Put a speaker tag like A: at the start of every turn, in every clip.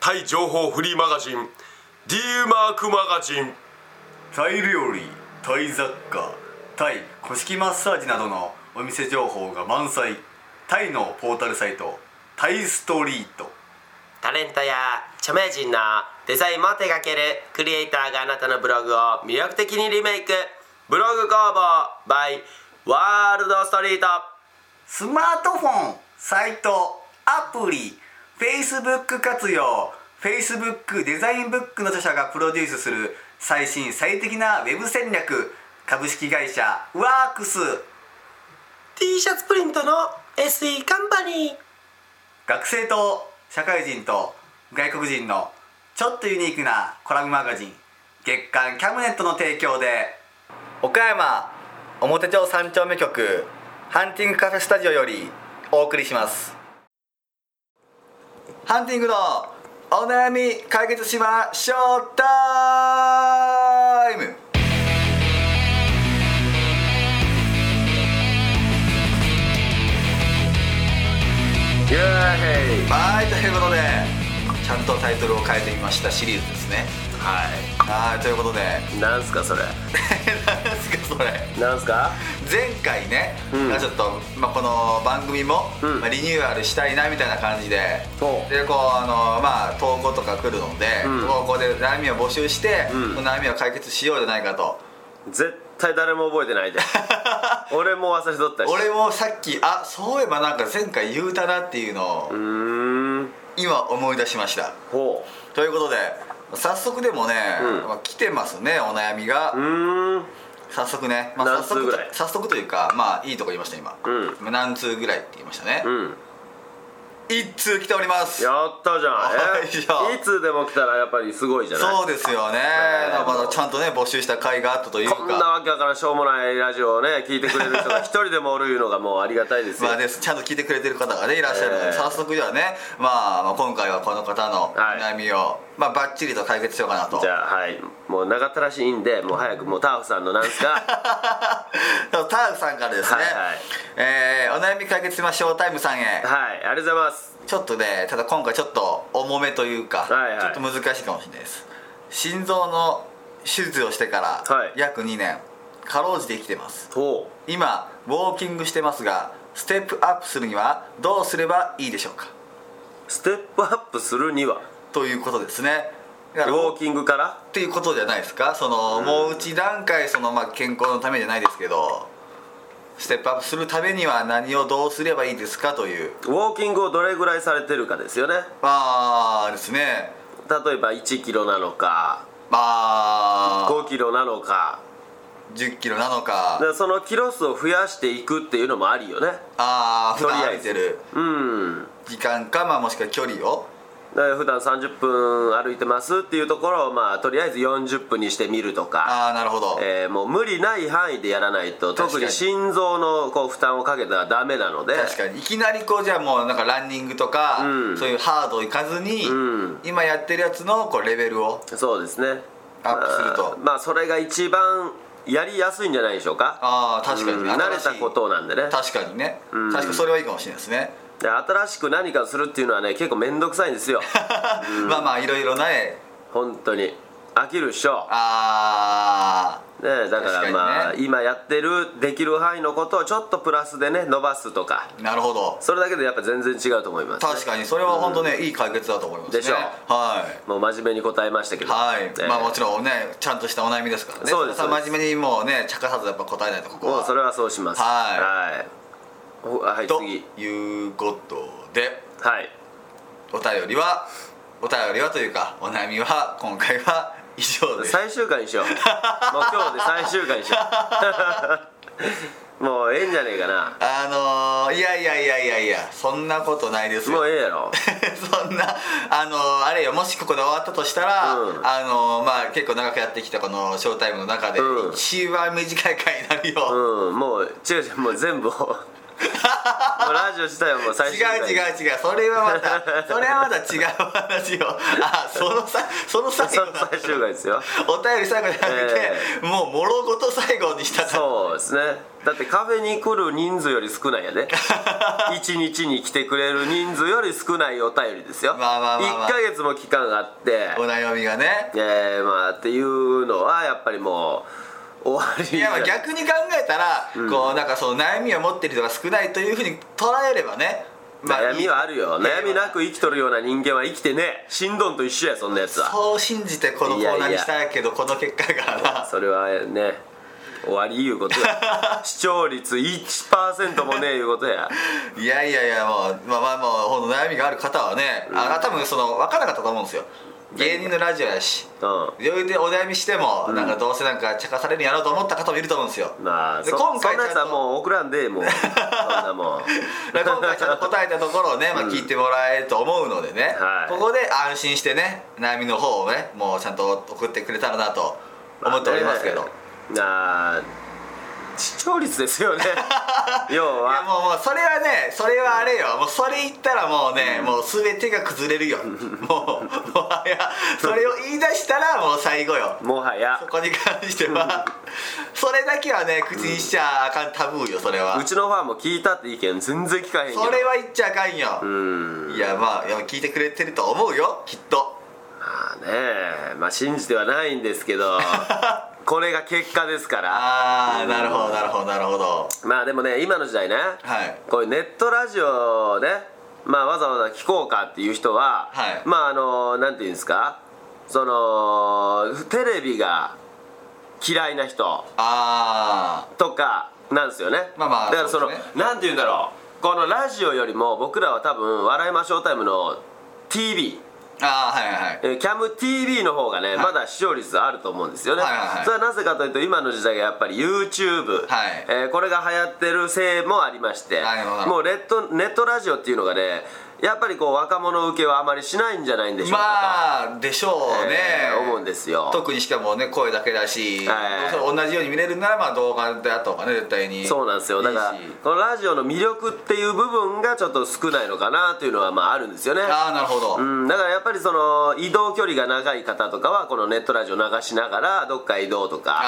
A: タイ情報フリーマガジン D マークマガジン
B: タイ料理タイ雑貨タイ古式マッサージなどのお店情報が満載タイのポータルサイトタイストリート
A: タレントや著名人のデザインも手掛けるクリエイターがあなたのブログを魅力的にリメイクブログ工房 by ワールドストリート
B: スマートフォンサイトアプリ Facebook 活用 Facebook デザインブックの著者がプロデュースする最新最適なウェブ戦略株式会社ワークス
A: T シャツプリントの SE カンパニー
B: 学生と社会人と外国人のちょっとユニークなコラムマガジン月刊キャムネットの提供で岡山表町三丁目局ハンティングカフェスタジオよりお送りしますハンティングのお悩み解決しましょうタイム
A: イエーイ
B: はいということでちゃんとタイトルを変えてみましたシリーズですね
A: は
B: はいということで
A: いなんすかそれ
B: 何すかそれ
A: なんすか
B: 前回ね、
A: うん
B: まあちょっと、まあ、この番組も、
A: うん
B: まあ、リニューアルしたいなみたいな感じで
A: そう
B: でこうあのまあ投稿とか来るので、
A: うん
B: 投稿で悩みを募集して、
A: うん
B: その悩みを解決しようじゃないか と
A: 絶対誰も覚えて ないじゃん俺も忘れとったし
B: 俺もさっきあそういえばなんか前回言うたなっていうのを
A: うーん
B: 今思い出しました
A: ほ
B: ということで早速でもね、
A: うん
B: まあ来てますねお悩みが、
A: ううーん
B: 早速ね、まあ、
A: 何
B: 早
A: 通ぐ
B: 速
A: らい
B: 早速というかまあいいとこ言いました今、
A: うん
B: まあ何通ぐらいって言いましたね、
A: うん
B: 一通来ております
A: やったじ
B: はい
A: ゃんえ
B: よ
A: いつでも来たらやっぱりすごいじゃない
B: そうですよね、
A: え
B: だからちゃんとね募集した甲斐があったというか
A: こんなわけだからしょうもないラジオをね聞いてくれる人が一人でもおるいうのがもうありがたいですよ、
B: まあね、ちゃんと聞いてくれてる方がねいらっしゃるので、
A: ええ
B: 早速ではね、まあ、まあ今回はこの方の
A: はい
B: 悩みを、まあ、ばっちりと解決しようかなと
A: じゃあはいもう長ったらしいんでもう早くもうターフさんのなんす か
B: ターフさんからですね、
A: はいはい
B: えーお悩み解決しましょうタイムさんへ
A: はいありがとうございます
B: ちょっとねただ今回ちょっと重めというか、
A: はいはい
B: ちょっと難しいかもしれないです心臓の手術をしてから
A: はい
B: 約2年かろうじて生きてます
A: ほ
B: 今ウォーキングしてますがステップアップするにはどうすればいいでしょうか
A: うステップアップするには
B: ということですねだ
A: ウ
B: から
A: ォ
B: っ
A: ーキングから
B: ていうことじゃないですかその、もう一段階その、まあ、健康のためじゃないですけどステップアップするためには何をどうすればいいですかという
A: ウォーキングをどれぐらいされてるかですよね
B: まあですね
A: 例えば1キロなのか
B: まあ
A: 5キロなのか
B: 1 0キロなのか
A: でそのキロ数を増やしていくっていうのもありよね
B: ああ普
A: とり
B: 段
A: あ
B: 歩
A: え
B: い
A: ず
B: てる
A: うん
B: 時間か、まあ、もしくは距離を
A: だから普段30分歩いてますっていうところをまあとりあえず40分にしてみるとか
B: ああなるほど、
A: えーもう無理ない範囲でやらないと
B: 確か
A: 特
B: に
A: に心臓のこう負担をかけたらダメなので
B: 確かにいきなりこうじゃあもうなんかランニングとか、
A: うん
B: そういうハードいかずに、
A: うん
B: 今やってるやつのこうレベルを
A: そうですね
B: アップすると
A: あーまあそれが一番やりやすいんじゃないでしょうか
B: ああ確かに、
A: うん
B: 新しい
A: 慣れたことなんでね
B: 確かにね、
A: ん
B: 確かにそれはいいかもしれないですね、
A: で新しく何かするっていうのはね結構面倒くさいんですよ
B: まあまあいろいろね
A: 本当に飽きるっしょ
B: あ
A: ね、だからま
B: 確
A: あ
B: かに
A: 今やってるできる範囲のことをちょっとプラスでね伸ばすとか
B: あなるほど
A: それだけでやっぱ全然違うと思いますね、
B: 確かにそれは本当ね、いい解決だと思いますね
A: でしょう
B: はい
A: もう真面目に答えましたけど
B: はい、
A: えー
B: まあもちろんねちゃんとしたお悩みですからね
A: そうです
B: ただ真面目にもうね茶化さずやっぱ答えないとここ
A: もう
B: は
A: それはそうしますはいほはい
B: と
A: 次
B: いうことで
A: はい
B: お便りはお便りはというかお悩みは今回は以上です
A: 最終回にしようもう今日で最終回にしよ うもうええんじゃねえかな
B: あのー、いやいやいやいやいやそんなことないですよ
A: もうええやろ
B: そんなあのーあれよもしここで終わったとしたら、
A: うん
B: あのーまあ結構長くやってきたこのショータイムの中で、
A: うん
B: 一番短い回になるよ、
A: うんもう違う違うもう全 部をもうラジオ自体はもう最
B: 違
A: 終回
B: う違う違うそれはまたそれはまた違う話よあそのさその最
A: そ
B: 後
A: う
B: の
A: 最終回ですよ
B: お便り最後じゃなくて、
A: え
B: もうもろごと最後にしたと
A: そうですねだってカフェに来る人数より少ない やで一日に来てくれる人数より少ないお便りですよ
B: まあまあまあまあ
A: 1ヶ月も期間があって
B: お悩みがね
A: えー、まあっていうのはやっぱりもう終わり
B: い
A: じゃ
B: や
A: な
B: まあ逆に考えたら、こうなんかその悩みを持ってる人が少ないというふうに捉えればね、ま
A: 悩みはあるよ
B: いい
A: 悩みなく生きとるような人間は生きてねえしんどんと一緒やそんなやつは
B: そう信じてこのコーナーにしたけどこの結果がな
A: それはね終わりいうことや 視聴率1%もねえいうことや
B: いやいやいやもうまあまあもうほんと悩みがある方はね、あ多分その分からなかったと思うんですよ芸人のラジオやし
A: う
B: 余裕でお悩みしても、なんかどうせなんか茶化されるんやろうと思った方もいると思うんですよ
A: んまあ
B: で
A: そ
B: 今
A: そ
B: 回
A: んなやつ
B: ちゃ
A: は
B: んと
A: もう送らんでえも うそんなもん
B: だから今回ちゃんと 答えたところをね、まあ、聞いてもらえると思うのでね、
A: はい
B: ここで安心してね悩みの方をねもうちゃんと送ってくれたらなと思っておりますけど、
A: ねなあ視聴率で すよね要
B: いや
A: は
B: もうもうそれはねそれはあれよもうそれ言ったらもうね、もう全てが崩れ るよもうもはやそれを言い出したらもう最後よ
A: もはや
B: そこに関してはそれだけはね口にしちゃあかんタブーよそれは
A: うちのファンも聞いたって意見全然聞かへんけど
B: それは言っちゃあかんよ
A: う、ん
B: いやまあいや聞いてくれてると思うよきっと
A: まあねえまあ信じてはないんですけ どこれが結果ですから
B: ああなるほどなるほどなるほど
A: まあでもね今の時代ね、
B: はい
A: こういうネットラジオをね、まあ、わざわざ聞こうかっていう人は、
B: はい
A: まああのなんていうんですかそのテレビが嫌いな人
B: あ
A: とかなんですよね
B: まあまあ
A: だからその
B: そうです
A: なんて言うんだろうこのラジオよりも僕らは多分「笑いましょうタイム」の TV
B: あああはいはいはい
A: えーキャム TV の方がね、まだ視聴率あると思うんですよね、
B: はいはいはい
A: それはなぜかというと今の時代がやっぱり YouTube、
B: はい
A: えーこれが流行ってるせいもありまして
B: なるほど
A: もうレッドネットラジオっていうのがねやっぱりこう若者受けはあまりしないんじゃないんでしょうか
B: まあでしょ
A: と、
B: うね、
A: えー思うんですよ
B: 特にしかもね声だけだし、
A: はい
B: どうせ同じように見れるならまあ動画だとかね絶対に
A: そうなんですよだから
B: いいし
A: このラジオの魅力っていう部分がちょっと少ないのかなというのはまああるんですよね
B: ああなるほど、
A: うん、だからやっぱりその移動距離が長い方とかはこのネットラジオ流しながらどっか移動とか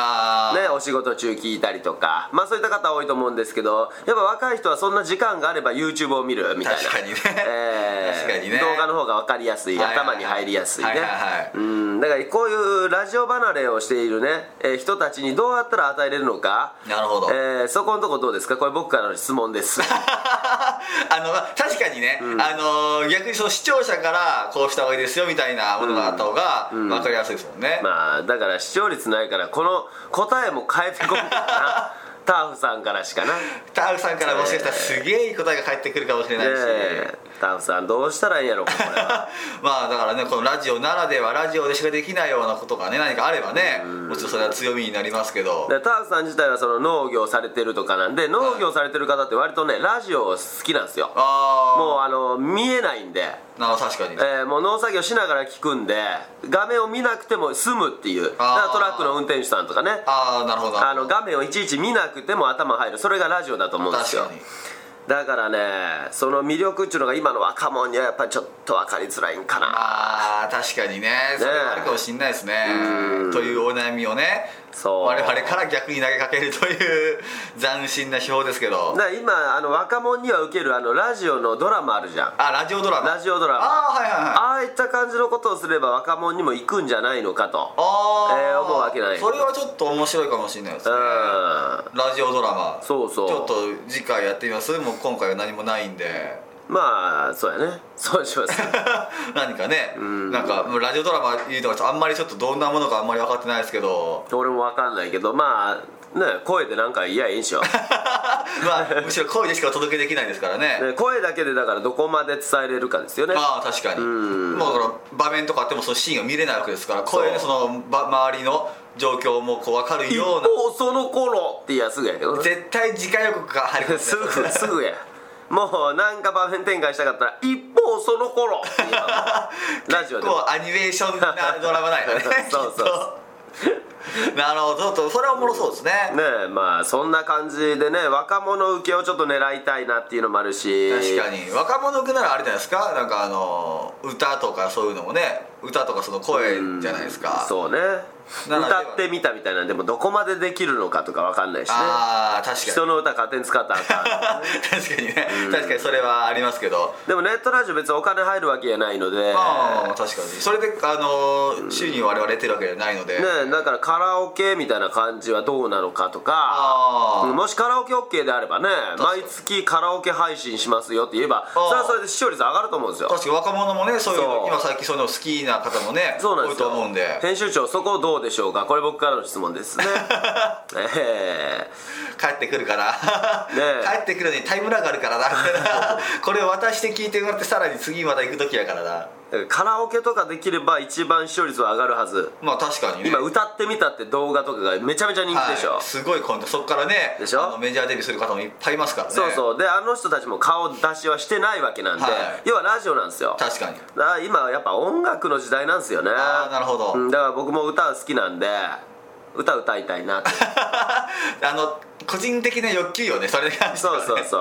B: あ、ー
A: ね、お仕事中聞いたりとかまあそういった方多いと思うんですけどやっぱ若い人はそんな時間があれば YouTube を見るみたいな
B: 確かにね
A: えー
B: 確かにね
A: 動画の方が分かりやすい
B: はいはいはい
A: 頭に入りやすいね
B: はいはいはい
A: うんだからこういうラジオ離れをしているね、えー人たちにどうやったら与えれるのか
B: なるほど、
A: えーそこのとこどうですかこれ僕からの質問です
B: あのまあ確かにね、あのー逆にその視聴者からこうした方がいいですよみたいなものがあった方が分かりやすいですもんね、
A: まあだから視聴率ないからこの答えも変えてこんかな ターフさんからしかなね
B: ターフさんからもしかしたらすげえいい答えが返ってくるかもしれないし、
A: えターフさんどうしたらいいんやろこれは
B: まあだからねこのラジオならではラジオでしかできないようなことがね何かあればねもちろんそれは強みになりますけど
A: でターフさん自体はその農業されてるとかなんで農業されてる方って割とねラジオ好きなんですよ
B: あ
A: もうあの見えないんで、
B: あなあ確かにね
A: えーもう農作業しながら聞くんで画面を見なくても済むっていうだからトラックの運転手さんとかね
B: ああなるほどな
A: あ
B: るほ
A: の
B: ど
A: 画面をいちいち見なくても頭入るそれがラジオだと思うんです
B: 確
A: よ
B: かに
A: だからねその魅力っていうのが今の若者にはやっぱりちょっと分かりづらいんかな
B: ああ確かにねそれはあるかもしれないですねというお悩みをね
A: そう
B: 我々から逆に投げかけるという斬新な手法ですけど
A: だから今あの若者には受けるあのラジオのドラマあるじゃん
B: あラジオドラマ
A: ラジオドラマ
B: ああはいはいはい
A: ああいった感じのことをすれば若者にも行くんじゃないのかと
B: ああ、
A: えー思うわけない
B: それはちょっと面白いかもしれないです
A: う
B: ね
A: ん
B: ラジオドラマ
A: そうそう
B: ちょっと次回やってみますもう今回は何もないんで
A: まあそうやねそうします
B: 何かねなんかもうラ ジオドラマいうのがあんまりちょっとどんなものかあんまり分かってないですけど
A: 俺も分かんないけどまあね声でなんか言えばいいんで しょ
B: まあむしろ声でしかお届けできないですからね
A: ね声だけでだからどこまで伝えれるかですよね
B: まあ確かに
A: ん
B: まあだから場面とかあってもそのシーンが見れないわけですから声で
A: そ
B: そのば周りの状況もこう分かる
A: 一
B: ような
A: 方その頃ってやつがやけどね
B: 絶対次回予告が入るんです
A: す
B: よ
A: ぐすぐやもうなんか場面展開したかったら一方その頃って言えば ラジオでも
B: こうアニメーションなドラマなんやね
A: そうそう
B: きっとなるほどちょっとそれはおもろそうですね
A: ねえまあそんな感じでね若者受けをちょっと狙いたいなっていうのもあるし
B: 確かに若者くならあれじゃないですかなんかあの歌とかそういうのもね歌とかその声じゃないですか、
A: そうね
B: ならでは
A: 歌ってみたみたいなでもどこまでできるのかとかわかんないしね
B: ああ確か
A: 人
B: に
A: の歌勝手に使ったらあかん
B: 確かにね、確かにそれはありますけど
A: でもネットラジオ別にお金入るわけじゃないので
B: まあ確かにそれであのー収入を我々得てるわけじゃないので、
A: ねえだからカラオケみたいな感じはどうなのかとか
B: ああ、
A: もしカラオケ OK であればね
B: 確かに
A: 毎月カラオケ配信しますよって言えばそれはそれで視聴率上がると思うんですよ
B: 確かに若者もねそういう
A: そ
B: の
A: う
B: 今最近そういうの好きな方もね
A: そうなん
B: 多
A: で
B: い
A: すよ
B: と思うんで
A: 編集長そこどうでしょうかこれ僕からの質問で すねえ
B: 帰ってくるから、
A: ね え
B: 帰ってくるのにタイムラグあるから なこれを渡して聞いてもらってさらに次また行く時やからな
A: えカラオケとかできれば一番視聴率は上がるはず
B: まあ確かにね
A: 今歌ってみたって動画とかがめちゃめちゃ人気でしょ、
B: はいすごいコンテンツそっからね
A: でしょ
B: あのメジャーデビューする方もいっぱいいますからね
A: そうそうであの人たちも顔出しはしてないわけなんで、
B: はい
A: 要はラジオなんですよ
B: 確かに
A: だから今はやっぱ音楽の時代なんですよね
B: あーなるほど
A: うんだから僕も歌好きなんで歌歌いたいなって
B: あの個人的な欲求よねそれに関しては
A: そ
B: ね
A: うそう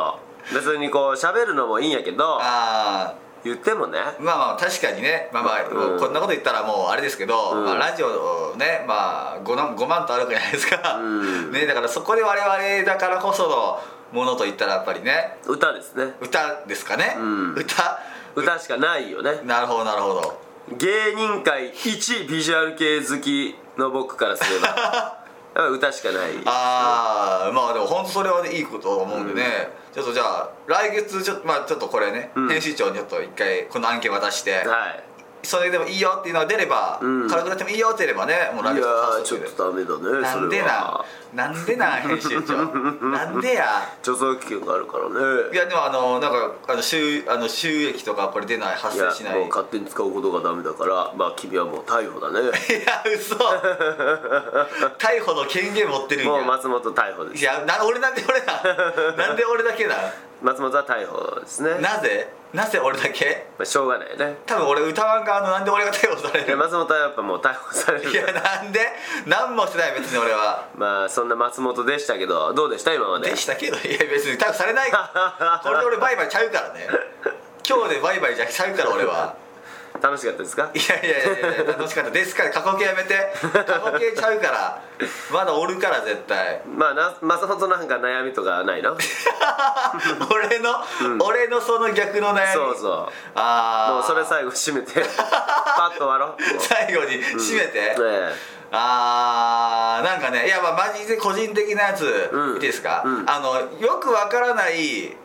A: そう別にこう喋るのもいいんやけど
B: あ
A: 言ってもね
B: あまあまあ確かにねまあまあ、
A: うん
B: こんなこと言ったらもうあれですけど、
A: ん
B: まあ、ラジオねまあ 5, 万5万とあるわけじゃないですか、
A: ん
B: ねだからそこで我々だからこそのものといったらやっぱりね
A: 歌ですね
B: 歌ですかね、
A: ん
B: 歌
A: 歌しかないよね
B: なるほどなるほど
A: 芸人界一ビジュアル系好きの僕からすれ ばやっぱ歌しかない
B: ああまあでも本当それは、ね、いいことだと思うんでね、ちょっとじゃあ来月ちょ,、まあ、ちょっとこれね、
A: ん
B: 編集長にちょっと一回この案件渡して、
A: はい
B: それでもいいよっていうのが出れば、
A: うん
B: 軽くなってもいいよって言えばねもう来
A: い
B: 月
A: や
B: の
A: ー
B: 放
A: ち
B: 送
A: ょっ
B: で
A: とダメだね
B: なん
A: それ
B: でな
A: は
B: なんでな編集 長なんでや
A: 著作権があるからね
B: いやでもあのなんかあの収あの収益とかこれ出ない発
A: い
B: 生
A: や
B: しないい
A: もう
B: や
A: 勝手に使うことがダメだからまあ君はもう逮捕だ ね
B: 嘘逮捕の権限持ってるんや
A: もう松本逮捕で
B: い
A: す
B: やな俺なんで俺だなん で俺だけだ
A: 松本は逮捕ですねま
B: なぜなぜ俺だけ
A: あしょうがないね
B: 多分俺歌わん側のなんで俺が逮捕され
A: いや
B: る
A: 松本はやっぱもう逮捕され
B: いや
A: る
B: なんで何もしてない別に俺は
A: まあそんな松本でしたけどどうでした今まで
B: でしたけどいや別に逮捕されないからこれで俺バイバイちゃうからね今日でバイバイじゃちゃうから俺は
A: 楽しかったですか
B: いやいやいやいや楽しかったですから過去形やめて過去形ちゃうからまだおるから絶対
A: まあな松本なんか悩みとかないの
B: 俺の、俺のその逆の悩み
A: そうそう
B: ああ
A: もうそれ最後締 めてパッと終わろうもう
B: 最後に締めて、
A: え
B: あーなんかねいやまあマジで個人的なやつ、
A: うん
B: いいですか、
A: うん
B: あのよくわからない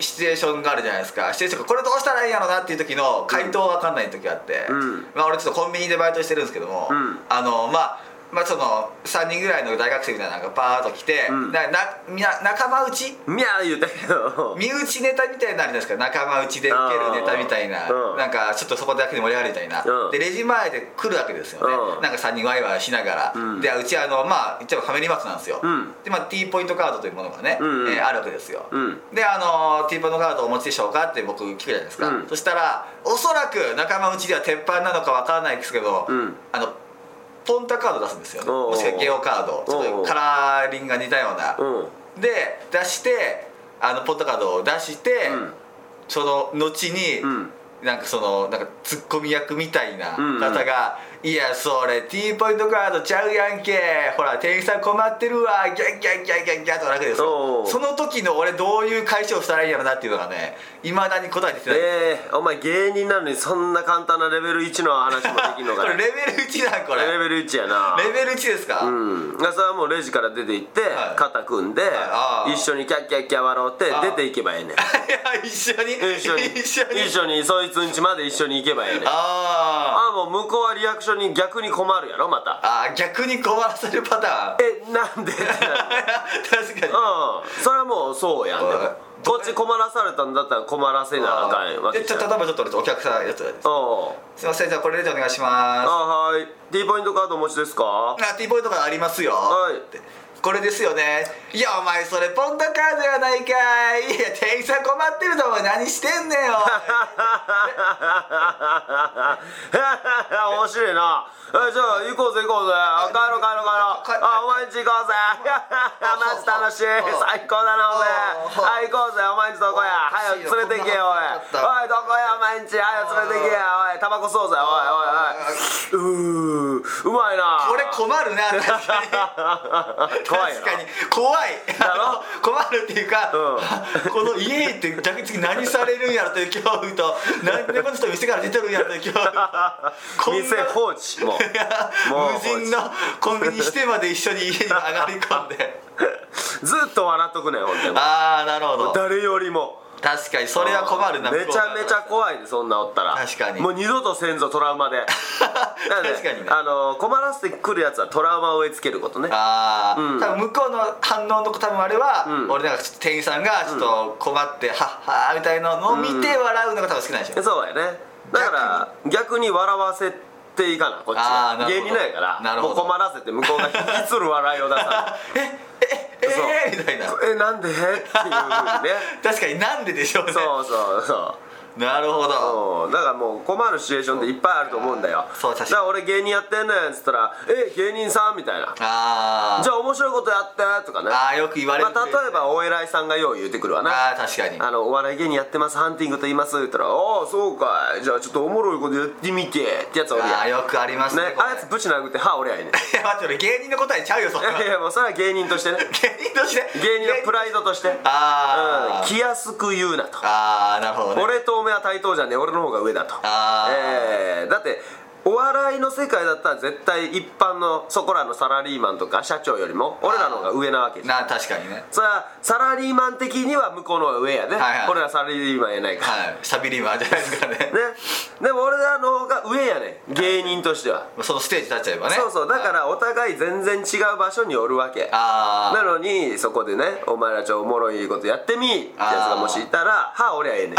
B: シチュエーションがあるじゃないですかシチュエーションがこれどうしたらいいんやろなっていう時の回答わかんない時があって、
A: うん
B: まあ、俺ちょっとコンビニでバイトしてるんですけども、
A: うん
B: あのまあまあその3人ぐらいの大学生みたいなのがバーッと来て、
A: ん
B: ななみな仲間内
A: えみゃー言うたけど
B: 身内ネタみたいなのあるじゃないですか仲間内で受けるネタみたいな、
A: うん
B: なんかちょっとそこだけで盛り上がるみたいな、
A: うん
B: でレジ前で来るわけですよね、
A: うん
B: なんか3人ワイワイしながら、
A: うん
B: でうちあのまあ一応ファミリーマートなんですよ、
A: うん
B: でまあ T ポイントカードというものがね、
A: うんうん
B: えーあるわけですよ、
A: うん
B: であの T ポイントカードをお持ちでしょうかって僕聞くじゃないですか、
A: うん
B: そしたらおそらく仲間内では鉄板なのかわからないですけど、
A: うん
B: あのポンタカード出すんですよね
A: おうおう
B: もしくはゲオカードちょっとカラーリングが似たような、
A: うん
B: で出してあのポットカードを出して、
A: うん
B: その後に、
A: うん
B: なんかそのなんかツッコミ役みたいな
A: うんうん
B: 方が「いやそれ T ポイントカードちゃうやんけほら店員さん困ってるわギャンギャンギャンギャンギャン」とかなるわけです
A: おうお
B: よ
A: う
B: その時の俺どういう解消したらいいんやろなっていうのがねいまだに答えてきてない、
A: ええお前芸人なのにそんな簡単なレベル1の話もできんの
B: こ
A: か
B: れ
A: ね
B: レベル1だこれ
A: レベル1やな
B: レベル1ですか、
A: うん、それはもうレジから出て行って、
B: はい
A: 肩組んで、
B: あー
A: 一緒にキャッキャッキャ笑って
B: あー
A: 出て行けばええねん
B: いや一緒に
A: 一緒に
B: 一緒に
A: 一緒にそいつん家まで一緒に行けばええねんあ
B: ああ
A: あーもう向こうはリアクションに逆に困るやろまた
B: あー逆に困らせるパターン
A: えなんでってなる
B: 確かに
A: うんそれはもうそうやんでも
B: うん
A: こっち困らされたんだったら困らせなあかんわけ
B: で
A: じ
B: ち
A: ゃ
B: ょ
A: ん
B: 例えばちょっと俺お客さんやつです
A: うん
B: すいませんじゃあこれでお願いします
A: あはい T ポイントカードお持ちですか
B: あティーポイントがありますよ、
A: はい
B: っ てこれですよねいやお前それポンタカードやないかいいや店員さん困ってると思う何してんねん よ
A: 面白いなえじゃあ行こうぜ行こうぜあ帰ろう帰ろう帰ろうあお前んち行こうぜマジ 楽しい最高だなお前あ行こうぜお前んちどこや早く連れて行けよおいおいどこやお前んち早く連れて行けよおいタバコ吸おうぜおいおいおいうーうまいな
B: これ困るな確かに
A: 怖いな
B: 確かに怖い
A: だろ
B: あの 困るっていうか、
A: う
B: この家行って逆に次何されるんやろという恐怖と何でこの人店から出てるんやろという恐怖こんな
A: 店放置もう
B: いや
A: もう
B: 無人のコンビニしてまで一緒に家に上がり込んで
A: ずっと笑っとくねほんで
B: ああなるほど
A: 誰よりも
B: 確かにそれは困るな
A: めちゃめちゃ怖いねそんなおったら
B: 確かに
A: もう二度とせんぞトラウマで なんで
B: 確かにね
A: あの困らせてくるやつはトラウマを植え付けることね
B: ああ、
A: うん
B: 多分向こうの反応の多分あれは、
A: うん
B: 俺なんかちょっと店員さんがちょっと困って、はっはーみたいなのを見て笑うのが多分好きなんでしょ、う
A: そうやねだから逆に笑わせていかなこっち
B: あー
A: が
B: なる
A: 芸
B: ほど
A: 人なんやから
B: なる
A: も
B: ほ
A: う
B: ど
A: 困らせて向こうが引きつる笑いを出さ
B: え
A: そう
B: えー、みた いな
A: えなんでっていうふうにね
B: 確かになんででしょうね
A: そうそうそう
B: なるほど
A: うんだからもう困るシチュエーションっていっぱいあると思うんだよ
B: そう確かに
A: だから俺芸人やってんねんっつったら「え芸人さん?」みたいな「
B: あ
A: じゃあ面白いことやって」とかね
B: ああーよく言われる、
A: まあ、例えばお偉いさんがよう言うてくるわな
B: ああ確かに
A: あのお笑い芸人やってますハンティングと言います言ったら「ああそうかいじゃあちょっとおもろいことやってみて」ってやつおるやん
B: ああよくありますね
A: ね
B: これ
A: あいつぶち殴って歯折りゃいいね ん
B: いや待って俺芸人の答えちゃうよそんなの
A: いやいやもうそれは芸人としてね
B: 芸人として
A: 芸人のプライドとして
B: あ
A: うん
B: ー
A: 気安く言うなと
B: ああなるほどね
A: 俺とおめは対等じゃねえ俺の方が上だと
B: あー
A: えーだってお笑いの世界だったら絶対一般のそこらのサラリーマンとか社長よりも俺らの方が上なわけじゃん
B: な確かにね
A: それはサラリーマン的には向こうの方が上やね、
B: はいはい
A: 俺らサラリーマンやないから、
B: はいしゃべりマンじゃないですか ね
A: ねでも俺らの方が上やね芸人としては、
B: そのステージ立っちゃえばね
A: そうそうだからお互い全然違う場所におるわけ
B: あ
A: な
B: あ
A: のにそこでね「お前らちょおもろいことやってみ」ってやつがもしいたら歯折りゃええね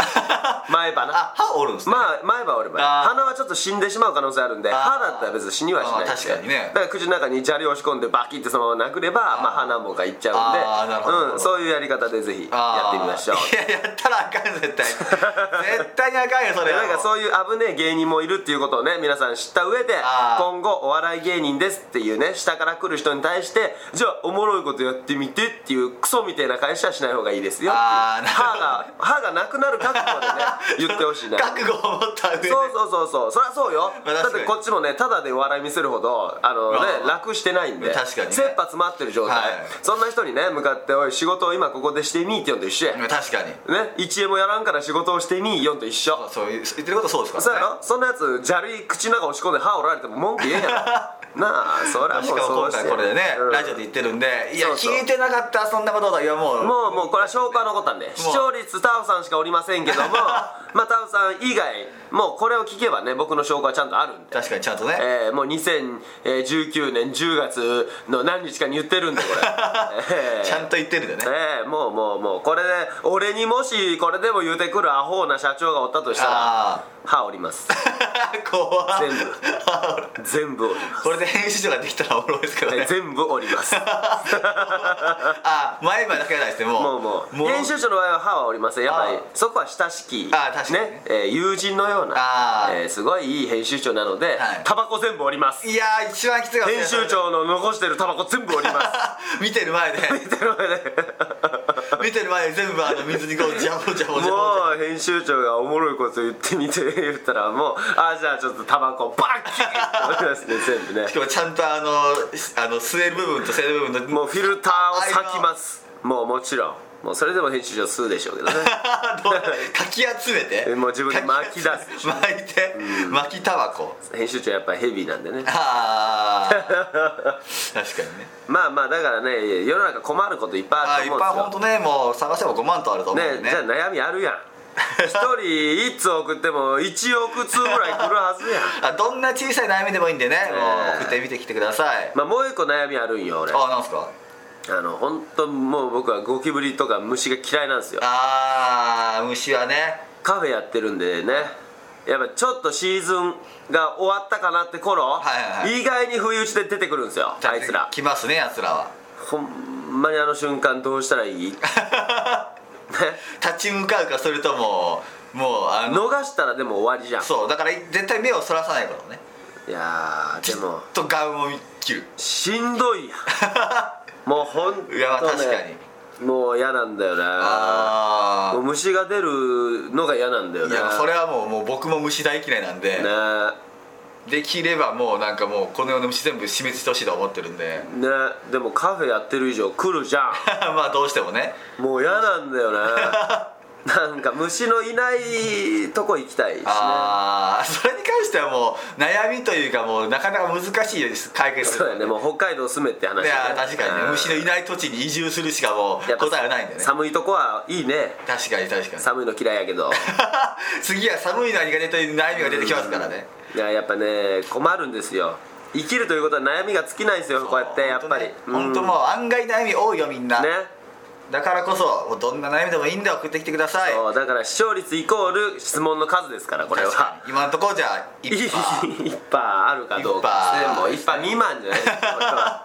A: ん前歯な
B: あ歯折るんですね
A: まあ前歯折ればいい
B: あー
A: 鼻はちょっと死んでしまう可能性あるんで
B: あー
A: 歯だったら別に死にはしないんで
B: あー確かにね
A: だから口の中に砂利を仕込んでバキってそのまま殴ればまあ鼻もがいっちゃ
B: あーなるほどな
A: う
B: るほど
A: んで、うん、そういうやり方でぜひや
B: あ
A: っ
B: ー
A: てみましょう
B: いややったらあかん 絶対絶対にあかんよそれは
A: なんかそういう危ねえ芸人もいるっていうことをね皆さん知った上で
B: あー
A: 今後お笑い芸人ですっていうね下から来る人に対してじゃあおもろいことやってみてっていうクソみたいな返しはしない方がいいですよっていう
B: あーなる
A: 歯が歯がなくなる覚悟 でね言ってほしいな
B: 覚悟を持った上で
A: そうそうそうそうそりゃそうよ
B: まあ
A: だっ
B: 確か
A: て
B: に
A: こっちもねただで笑い見せるほどあのね
B: まあ
A: 楽してないんで
B: 確かにね
A: 切羽詰まってる状態
B: はい
A: そんな人にね向かって「おい仕事を今ここでしてみ」って呼んと一緒やね
B: 確かに
A: 一円もやらんから仕事をしてみ呼んと一緒
B: そうそういう言ってることそうですからね
A: そうやろそんなやつ砂利口の中押し込んで歯折られても文句 言えへんやろなあそりゃ
B: まあし
A: も
B: か
A: う
B: も
A: そ
B: 今
A: うして
B: 回これでね、
A: うん
B: ラジオで言ってるんでいや
A: そうそう
B: 聞いてなかったそんなことだいやもう
A: もうもうこれは証拠は残ったんで視聴率タオさんしかおりませんけど もまあタオさん以外もうこれを聞けばね僕の証拠はちゃんとあるんで
B: 確かにちゃんとね、
A: えー、もう2019年10月の何日かに言ってるんでこ れ、えー
B: ちゃんと言ってるんだよね、
A: えーもうもうもうこれで俺にもしこれでも言うてくるアホな社長がおったとしたら
B: あ
A: 歯折ります
B: ー、 怖っ
A: 全部全部折り ます
B: これで編集長ができたらおもろいですけど
A: え
B: ね
A: ー全部折ります
B: あ前歯だけじゃないですね もう
A: もうもう
B: もう
A: 編集長の場合は歯は折りませんやっぱ
B: あ
A: り
B: ー
A: そこは親しき
B: あー確かにね
A: ねえー友人のような
B: あ、ー
A: えーすごいいい編集長なので、
B: はい
A: タバコ全部折ります
B: いやー一番きついかもしれな
A: 編
B: い
A: 集長の残してるタバコ全部折ります
B: それ見てる前で見てる前で全部あの水にこうジャボジャボジャボ
A: もう編集長がおもろいこと言ってみて言ったらもうあじゃあちょっとタバコバッキーってますね全部ね
B: しかもちゃんとあのしあの吸える部分と吸える部分の
A: もうフィルターを裂きますもうもちろんもうそれでも編集長吸うでしょうけどね
B: どうかき集め て
A: もう自分で巻き出す
B: かき集めて巻いて、巻きタバコ
A: 編集長やっぱりヘビーなんでね
B: ああ確かにね
A: まあまあだからね世の中困ることいっぱ
B: あ
A: いあ
B: ー
A: る
B: いっ
A: と思
B: ぱい
A: うん
B: 本
A: で
B: 当ねもう探せば5万とあると思うん
A: すよ
B: で
A: ね
B: ね
A: じゃあ悩みあるやん一人一通送っても1億通ぐらい来るはずや
B: あ
A: ん
B: どんな小さい悩みでもいいんでね、もう送ってみてきてください
A: まあもう一個悩みあるんよ俺
B: あなんすか
A: あの本当もう僕はゴキブリとか虫が嫌いなんですよ
B: あー虫はね
A: カフェやってるんでねやっぱちょっとシーズンが終わったかなって
B: は
A: 頃、
B: いはいは
A: 意外に不意打ちで出てくるんですよあいつら
B: 来ますねやつらは
A: ほんまにあの瞬間どうした らいいね
B: 立ち向かうかそれとももうあの
A: 逃したらでも終わりじゃん
B: そうだから絶対目をそらさないことね
A: いやーでも
B: とガンを切る
A: しんどいや んもうほんと、ね、
B: いやまあ確かに
A: もう嫌なんだよね
B: あ
A: もう虫が出るのが嫌なんだよ
B: あい
A: ね
B: やそれはもうもう僕も虫大嫌いなんで、
A: ね
B: できればもうなんかもうこの世の虫全部死滅してほしいと思ってるんで
A: ねでもカフェやってる以上来るじゃ
B: まあどうしてもね
A: んもう嫌なんだよ ねなんか虫のいないとこ行きたいしね
B: ああそれに関してはもう悩みというかもうなかなか難しいです解決す
A: そう
B: る
A: やねもう北海道住めって話
B: いやー確かにね虫のい
A: い
B: ない土地に移住するしかもう答えはないんだよね
A: 寒いとこはいいね
B: 確かに確かに
A: 寒いの嫌いやけど
B: 次は寒いのは苦手という悩みが出てきますからね
A: いややっぱね困るんですよ生きるということは悩みが尽きないんですよこうやってやっぱり
B: 本当
A: うん
B: もう案外悩み多いよみんな、
A: ね
B: だからこそもうどんな悩みでもいいんで送ってきてください
A: そうだから視聴率イコール質問の数ですからこれ
B: 確か
A: は
B: に今のところじゃあい
A: いい
B: っぱ い
A: 一波あるかどうかですねもう一波未満じゃないです か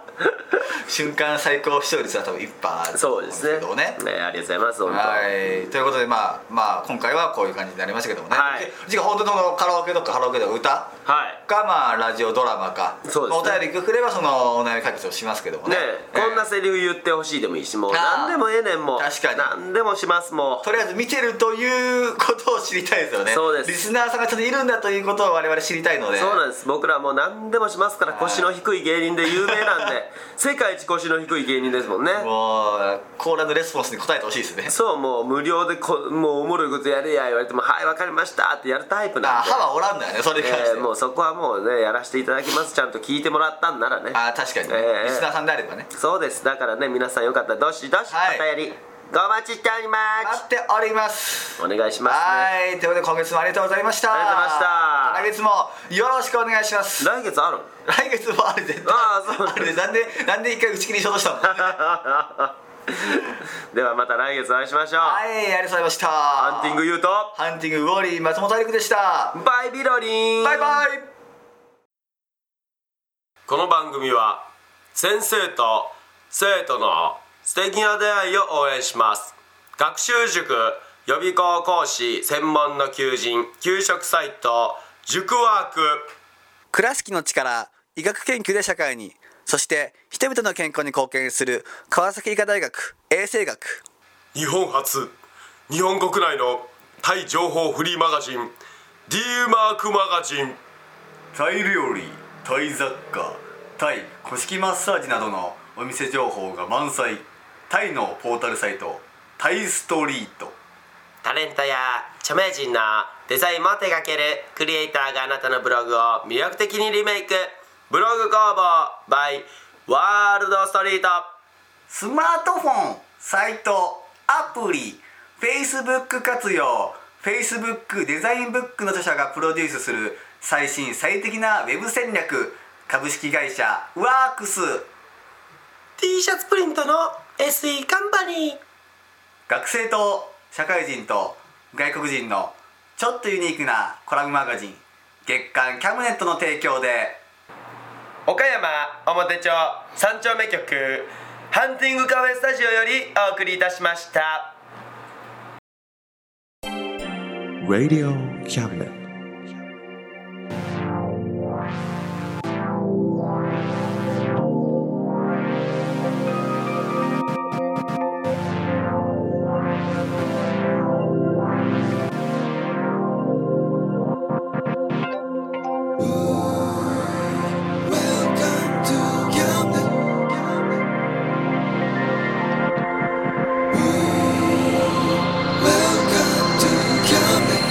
B: 瞬間最高視聴率は多分一波あると思
A: そ
B: ん
A: うですね
B: けどもね
A: ねありがとうございます本当
B: はいということでまあまあ今回はこういう感じになりましたけどもね、
A: はい
B: 次は本当のカラオケとかカラオケとか歌
A: はい
B: かまあラジオドラマか
A: そうですね
B: まあお便りくればそのお悩み解決をしますけどもね
A: ね
B: えー
A: こんなセリフ言ってほしいでもいいしもう
B: あー
A: 何でもええねんもう
B: 確かに
A: 何でもしますも
B: とりあえず見てるということを知りたいですよね
A: そうです
B: リスナーさんがちょっといるんだということを我々知りたいの
A: う
B: で
A: そうなんです僕らもう何でもしますから
B: はい
A: 腰の低い芸人で有名な んで世界一腰の低い芸人ですもんね
B: もうコーラのレスポンスに答えてほしいですね
A: そうもう無料でこもうおもろいことやれや言われても「はいわかりました」ってやるタイプ
B: あ
A: なんで
B: 歯はおらんだよねそれに関して、
A: えーもうそこはもうねやらせていただきますちゃんと聞いてもらったんならね
B: あー確かにね、
A: ええ
B: リスナーさんであればね
A: そうですだからね皆さんよかったらどしどし
B: はい
A: お便りご待ちしておりま
B: 待っております
A: すお願いしますね
B: はいということで今月もありがとうございました
A: ありがとうございま
B: 来月もよろしくお願いします
A: 来月あるの
B: 来月もあれ絶対
A: あーそう
B: あれなんでなんで一回打ち切りしようとしたのは
A: ではまた来月お会いしましょう、
B: いありがとうございました
A: ハンティングユーと
B: ハンティングウォーリー松本陸でした
A: バイビロリン
B: バイバイ
A: この番組は先生と生徒の素敵な出会いを応援します学習塾予備校講師専門の求人給食サイト塾ワーク
C: 倉敷の力医学研究で社会にそして人々の健康に貢献する川崎医科大学衛生学
A: 日本初日本国内のタイ情報フリーマガジン D マークマガジン
B: タイ料理タイ雑貨タイ古式マッサージなどのお店情報が満載タイのポータルサイトタイストリート
A: タレントや著名人のデザインも手掛けるクリエイターがあなたのブログを魅力的にリメイクブログ工房 by ワールドストリート
B: スマートフォン、サイト、アプリ、Facebook 活用、Facebook デザインブックの著者がプロデュースする最新最適なウェブ戦略、株式会社ワークス
A: T シャツプリントの SE カンパニー
B: 学生と社会人と外国人のちょっとユニークなコラムマガジン、月刊キャムネットの提供で、
A: 岡山表町三丁目局ハンティングカフェスタジオよりお送りいたしました。
D: Radio Cabinet.
E: Welcome to Camden.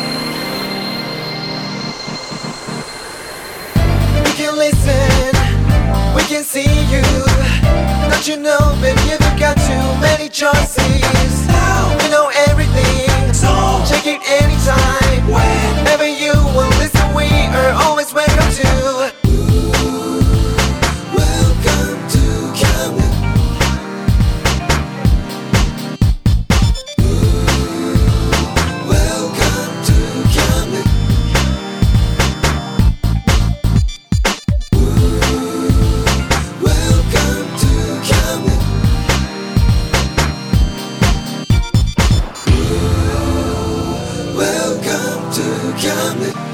E: together.